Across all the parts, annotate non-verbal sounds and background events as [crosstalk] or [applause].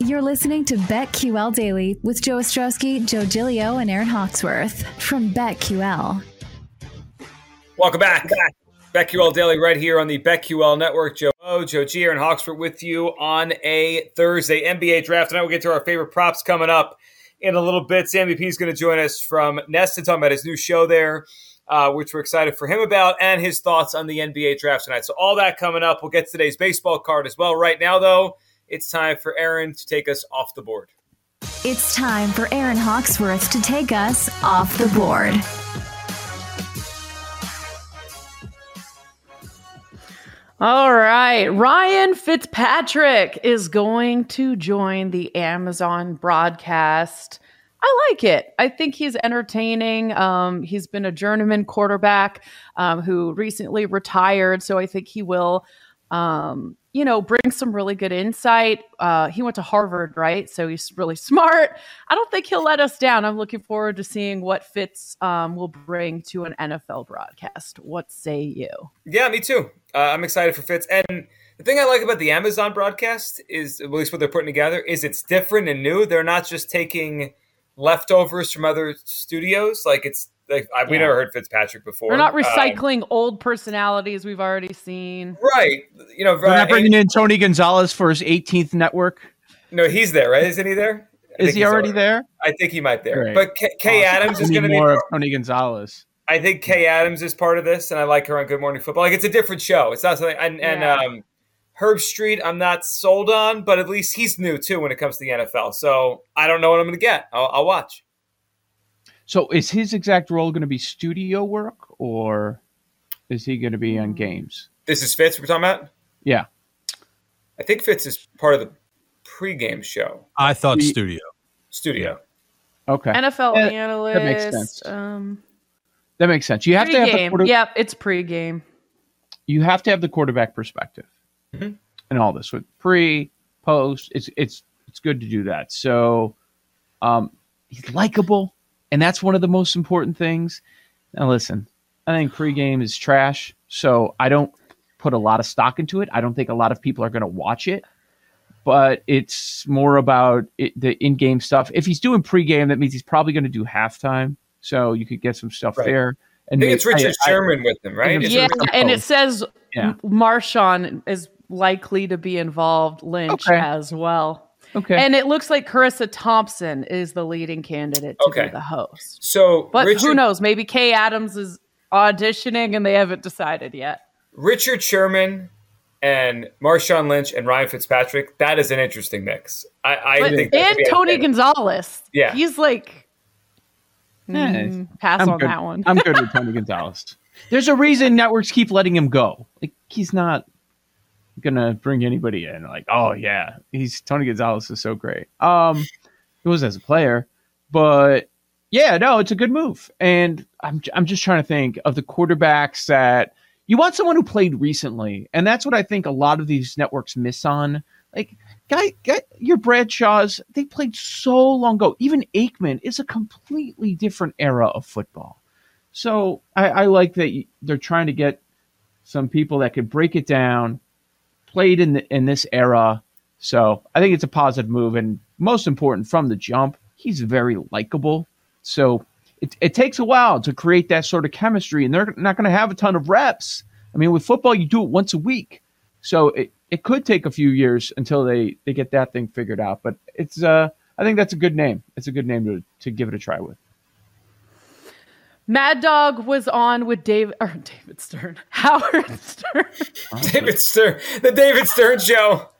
You're listening to BetQL Daily with Joe Ostrowski, Joe Gilio, and Aaron Hawksworth from BetQL. Welcome back. BetQL Daily right here on the BetQL Network. Joe O, Joe G, Aaron Hawksworth with you on a Thursday NBA draft. Tonight we'll get to our favorite props coming up in a little bit. Sammy P is going to join us from Nest and talking about his new show there, uh, which we're excited for him about, and his thoughts on the NBA draft tonight. So all that coming up. We'll get to today's baseball card as well. Right now, though, it's time for Aaron to take us off the board. It's time for Aaron Hawksworth to take us off the board. All right. Ryan Fitzpatrick is going to join the Amazon broadcast. I like it. I think he's entertaining. Um, he's been a journeyman quarterback um, who recently retired. So I think he will, um, you know, bring some really good insight. Uh, he went to Harvard, right? So he's really smart. I don't think he'll let us down. I'm looking forward to seeing what Fitz um, will bring to an NFL broadcast. What say you? Yeah, me too. Uh, I'm excited for Fitz. And the thing I like about the Amazon broadcast is, at least what they're putting together, is it's different and new. They're not just taking leftovers from other studios. Like it's like I, we Yeah. never heard Fitzpatrick before. We're not Um, recycling old personalities we've already seen. right? You know, They're uh, not bringing in Tony Gonzalez for his 18th network. no, he's there, right? Isn't he there? I Is think he he's already there? I think he might there. Great. But Kay, Kay Adams is We going to need be. more of part- Tony Gonzalez. I think Kay Adams is part of this, and I like her on Good Morning Football. Like it's a different show. It's not something. And, and Yeah. um, Herb Street, I'm not sold on, but at least he's new too when it comes to the NFL. So I don't know what I'm going to get. I'll, I'll watch. So is his exact role going to be studio work or is he going to be Mm. on games? This is Fitz. We're talking about. Yeah. I think Fitz is part of the pregame show I thought We- studio. studio. Okay. NFL That- analyst. that makes sense. Um, that makes sense. You have to have the pre-game. quarter- Yep, it's pregame. you have to have the quarterback perspective Mm-hmm. and all this with pre, post. It's it's it's good to do that. So um he's likable, and that's one of the most important things. Now listen, I think pregame is trash, so I don't put a lot of stock into it. I don't think a lot of people are gonna watch it. But it's more about it, the in-game stuff. If he's doing pregame, that means he's probably going to do halftime, so you could get some stuff Right. there. I And think it's may- I- Richard I- Sherman with them, right? think It's it's Mhm. Yeah, Richard- and it says Yeah. M- Marshawn is likely to be involved, Lynch Okay. as well. okay. And it looks like Carissa Thompson is the leading candidate to Okay. be the host. so But Richard, who knows? Maybe Kay Adams is auditioning and they haven't decided yet. Richard Sherman and Marshawn Lynch and Ryan Fitzpatrick. That is an interesting mix. I, I But, think that could and be [laughs] Tony entertaining. Gonzalez. Yeah. He's like, Yeah, mm, pass I'm on good. that one. I'm [laughs] good with Tony Gonzalez. There's a reason networks keep letting him go. Like he's not gonna bring anybody in. Like, oh yeah, he's Tony Gonzalez is so great. Um, he was as a player, but yeah, no, it's a good move. And I'm I'm just trying to think of the quarterbacks that you want someone who played recently, and that's what I think a lot of these networks miss on. Like, guy, guy your Bradshaws, they played so long ago. Even Aikman is a completely different era of football. So I, I like that you- they're trying to get some people that could break it down, played in the, in this era. So I think it's a positive move, and most important from the jump, he's very likable. So it, it takes a while to create that sort of chemistry, and they're not going to have a ton of reps. I mean, with football, you do it once a week, so it, it could take a few years until they they get that thing figured out. But it's uh, I think that's a good name. It's a good name to to give it a try with. Mad Dog was on with Dave or David Stern, [laughs] Howard Stern. [laughs] David Stern, the David Stern show,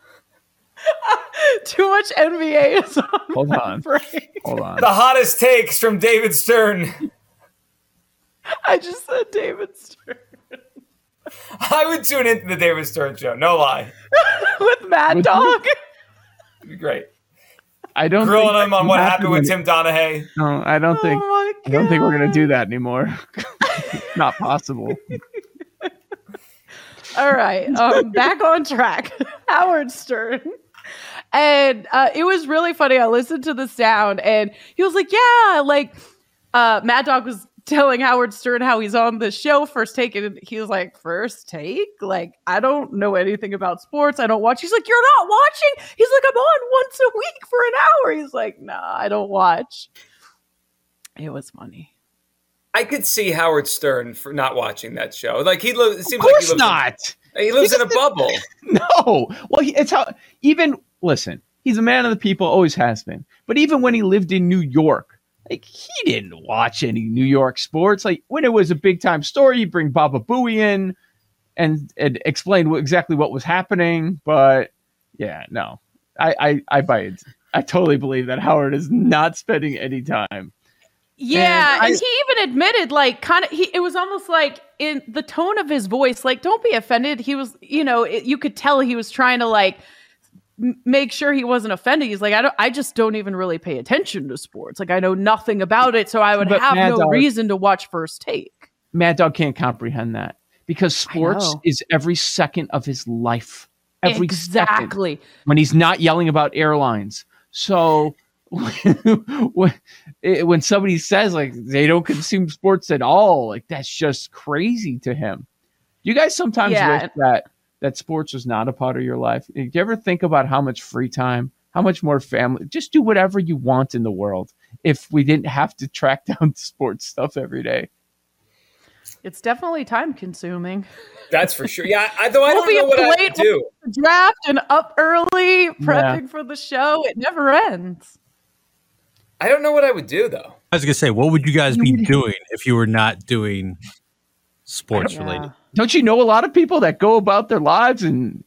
Too much NBA is on. Hold that on. break. Hold [laughs] on. the hottest takes from David Stern. [laughs] I just said David Stern I would tune into the David Stern show, no lie. with Mad Would you? Dog. It'd be great. I don't Grilling think him on what that's happened with gonna- Tim Donahue. No, I don't think Oh my I don't think we're gonna do that anymore. [laughs] Not possible. All right, um, back on track. [laughs] Howard Stern. And uh, it was really funny. I listened to the sound, and he was like, "Yeah, like uh, Mad Dog was telling Howard Stern how he's on the show first take, and he was like, first take? Like, I don't know anything about sports. I don't watch." He's like, "You're not watching?" He's like, "I'm on once a week for an hour." He's like, "Nah, I don't watch." It was funny. I could see Howard Stern for not watching that show. Like he lives. Of seems like he course lives not. In, he lives in a doesn't- bubble. No. Well, he, it's how even listen. He's a man of the people, always has been. But even when he lived in New York, like he didn't watch any New York sports. Like when it was a big time story, you bring Baba Booey in and and explain what, exactly what was happening. But yeah, no, I I, I buy it. I totally believe that Howard is not spending any time. Yeah, And and, I- he even admitted, like, kind of, he it was almost like in the tone of his voice, like, don't be offended. He was, you know, it, you could tell he was trying to like m- make sure he wasn't offended. He's like, I don't, I just don't even really pay attention to sports. Like, I know nothing about it, so I would But have Mad no Dog- reason to watch First Take. Mad Dog can't comprehend that because sports know. is every second of his life. Every second. exactly. when he's not yelling about airlines. So [laughs] when, eh, when somebody says like they don't consume sports at all, like that's just crazy to him. Do you guys sometimes Yeah. wish that that sports was not a part of your life? Do you ever think about how much free time, how much more family? Just do whatever you want in the world. If we didn't have to track [laughs] down sports stuff every day, It's definitely time consuming. That's for sure. Yeah, I, though I We'll don't be know what I late. would do. The draft and up early, prepping for the show. It never ends. I don't know what I would do though. I was gonna say, what would you guys be doing if you were not doing sports Yeah. related? don't you know a lot of people that go about their lives and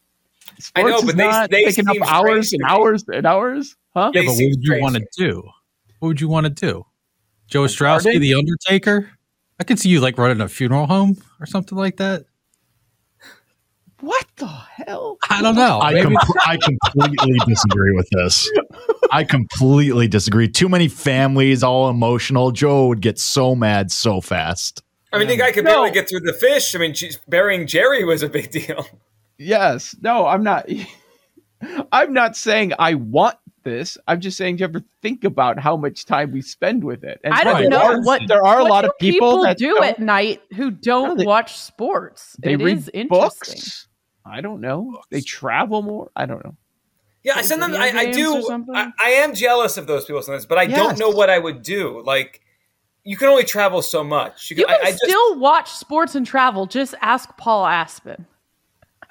sports I know, is but they- not they taking up seem hours strange and to me. hours and hours, huh? Yeah, They but what seem would you want to crazy. do? What would you want to do? Joe Ostrowski, garden? the Undertaker. I could see you like running a funeral home or something like that. What the hell? I don't know. I, Maybe- com- I completely disagree with this. I completely disagree. Too many families, all emotional. Joe would get so mad so fast. I mean, the guy could No. barely get through the fish. I mean, she's, burying Jerry was a big deal. Yes. No, I'm not. [laughs] I'm not saying I want this. I'm just saying, do you ever think about how much time we spend with it? And I don't there know are- what- there are a What lot do of people, that do don't- at night who No, don't they- watch sports. They It read is interesting. books. I don't know. They travel more. I don't know. Yeah, I Like sometimes I, video I games or do. something? I, I am jealous of those people sometimes, but I don't Yes. know what I would do. Like, you can only travel so much. You I, can I just- still watch sports and travel. Just ask Paul Aspen.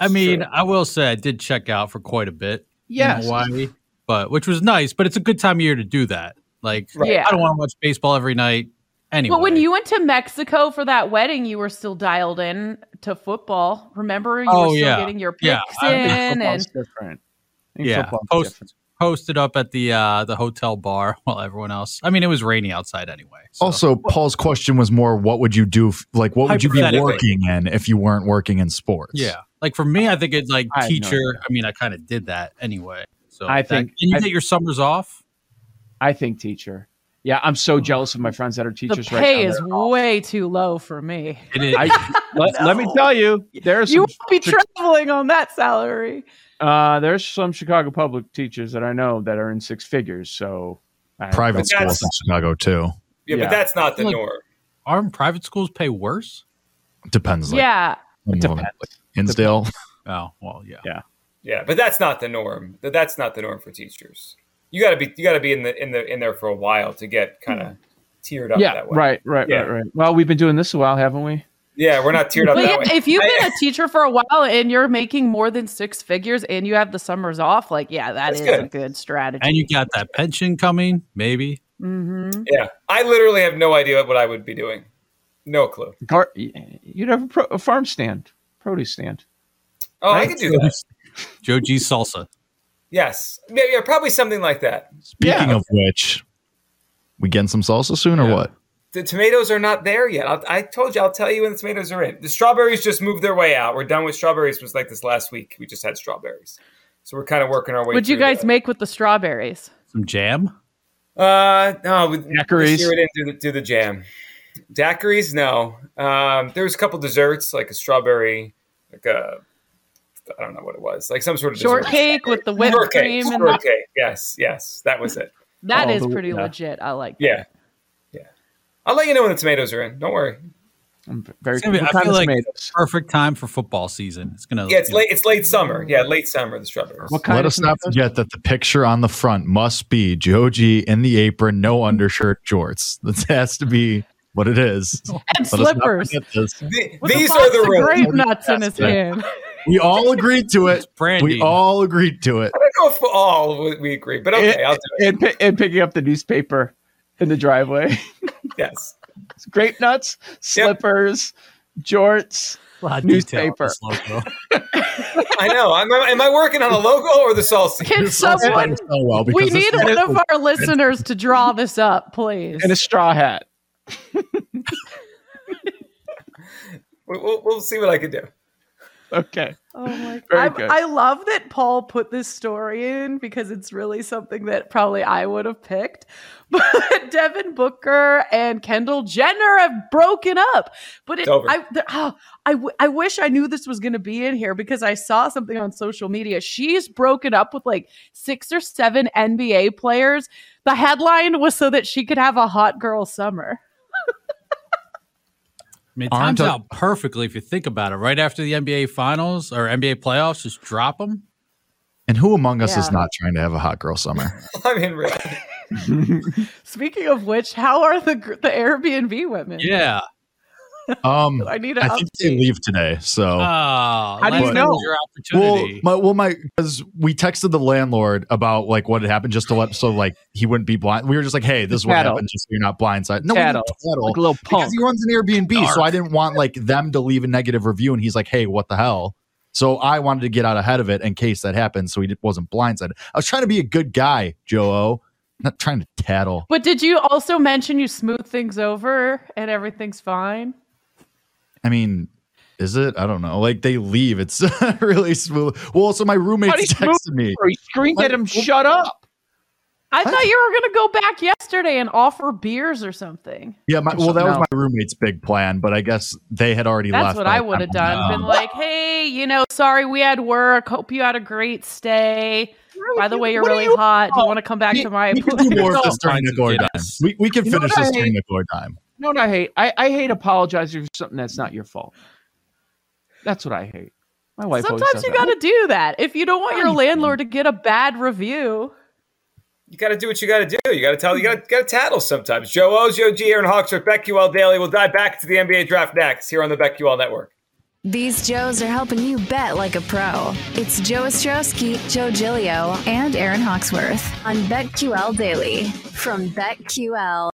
I mean, I will say I did check out for quite a bit Yes. in Hawaii, but which was nice. But it's a good time of year to do that. Like, Right. Yeah. I don't want to watch baseball every night. Anyway, But when you went to Mexico for that wedding, you were still dialed in to football. Remember, you Oh, were still yeah. getting your picks Yeah, I think in, Football's and different. I think yeah, football's different. post, posted up at the uh, the hotel bar [laughs] while everyone else. I mean, it was rainy outside anyway. so- Oh, Also, Paul's question was more what would you do? If, like, what would you be Hypothetically. working in if you weren't working in sports? yeah, like for me, I think it's like I have no teacher. idea. I mean, I kind of did that anyway. So I that- think- and you I- get your summers off. I think teacher. Yeah, I'm so jealous of my friends that are the teachers right pay now. is They're- way too low for me. It is, I, let, let me tell you, there's You won't be traveling on that salary. Uh, there's some Chicago public teachers that I know that are in six figures. So I Private don't- schools in Chicago, too. yeah, yeah. but that's not the Look, norm. aren't private schools pay worse? Depends. Like, yeah, some of them. Depends. Hinsdale. Oh well, yeah. Yeah, but that's not the norm. Th- That's not the norm for teachers. You got to be you got to be in the in the in there for a while to get kind Hmm. of tiered up. Yeah, that way. right, right, Yeah. right, right. Well, we've been doing this a while, haven't we? Yeah, we're not tiered up But that yeah, way. if you've I- been a teacher for a while and you're making more than six figures and you have the summers off, like yeah, that That's is good. a good strategy. And you got that pension coming, maybe. mm-hmm. yeah, I literally have no idea what I would be doing. No clue. Gar- you'd have a, pro- a farm stand, produce stand. Oh, I Right. could do that. [laughs] Joe G salsa. Yes, yeah, yeah, probably something like that. Speaking Yeah. of which, we getting some salsa soon or Yeah. what? The tomatoes are not there yet. I'll, I told you, I'll tell you when the tomatoes are in. The strawberries just moved their way out. We're done with strawberries. Was like this last week. We just had strawberries. So we're kind of working our way. What'd you through guys make with the strawberries? Some jam? that. Uh, no, we, Daiquiris. this year we didn't do the, do the jam. Daiquiris, no. Um, there was a couple desserts like a strawberry, like a I don't know what it was, like some sort of dessert. Shortcake with the whipped Shortcake, cream. And the, shortcake. Yes, yes, that was it. that Oh, is the- pretty yeah. legit. I like that. Yeah, yeah. I'll let you know when the tomatoes are in. Don't worry. I'm very It's gonna be- what I kind feel of like tomatoes? perfect time for football season. It's gonna Yeah, it's you know, late. It's late summer. Yeah, late summer. The strawberries. What kind Let of us not tomatoes? forget that the picture on the front must be Joji in the [laughs] apron, no undershirt, jorts. That has to be what it is. [laughs] And Let us not slippers. forget this. The- With these box are the of rules. grape nuts in his Yeah. hand. We all agreed to it. [laughs] It's brandy. We all agreed to it. I don't know if all we- we agree, but okay, I'll do it. and, pi- and picking up the newspaper in the driveway. [laughs] Yes. Grape nuts, slippers, jorts. a lot of detail in Newspaper. this logo. I know. I'm, am I working on a logo or the salsa? Can This also someone? went so well We because need this- one of our listeners to draw this up, please. and a straw hat. We- We'll, we'll see what I can do. [laughs] Okay. Oh my Very I'm- good. I love that Paul put this story in because it's really something that probably I would have picked. [laughs] But Devin Booker and Kendall Jenner have broken up. But it, It's over. I, the, oh, I, w- I wish I knew this was going to be in here because I saw something on social media. She's broken up with like six or seven NBA players. The headline was so that she could have a hot girl summer. I mean, it Aren't times I- out perfectly if you think about it. Right after the NBA finals or NBA playoffs, just drop them. [laughs] And who among us Yeah. is not trying to have a hot girl [laughs] summer? I'm in real. Speaking of which, how are the gr- the Airbnb women? Yeah. Um, I need an I update. think they leave today. So Uh, Oh, do you last know? was your Well, opportunity. my well, my because we texted the landlord about like what had happened just to let so like he wouldn't be blind. We were just like, hey, this is what Tattle. happened, just so you're not blindsided. No, we didn't Tattle. tattle, Like a little because punk. he runs an Airbnb, Dark. so I didn't want like them to leave a negative review, and he's like, hey, what the hell? So I wanted to get out ahead of it in case that happened, so he di- wasn't blindsided. I was trying to be a good guy, Joe O, not trying to tattle. But did you also mention you smooth things over and everything's fine? I mean. Is it? I don't know. Like they leave. It's [laughs] really smooth. Well, so my How do roommates you smooth texted me. Or he screamed at him, shut up. I thought you were going to go back yesterday and offer beers or something. Yeah, my, Or well, that something was else. my roommate's big plan, but I guess they had already That's left. what I by the would have time I done. Been like, hey, you know, sorry we had work. Hope you had a great stay. By the way, you're What are really you- hot. Do you want to come back You- to my you [laughs] can place? left. More of this Still during the finds gore it time. us. We, we can You know finish what this I during hate? the gore time. You know what I hate? I, I hate apologizing for something that's not your fault. That's what I hate. My wife always Sometimes says you that. got to do that. If you don't want your landlord to get a bad review, You got to do what you got to do. You got to tell. You got to got to tattle sometimes. Joe O's, Joe G, Aaron Hawksworth, BetQL Daily. We'll dive back to the NBA draft next here on the BetQL Network. These Joes are helping you bet like a pro. It's Joe Ostrowski, Joe Gilio, and Aaron Hawksworth on BetQL Daily from BetQL.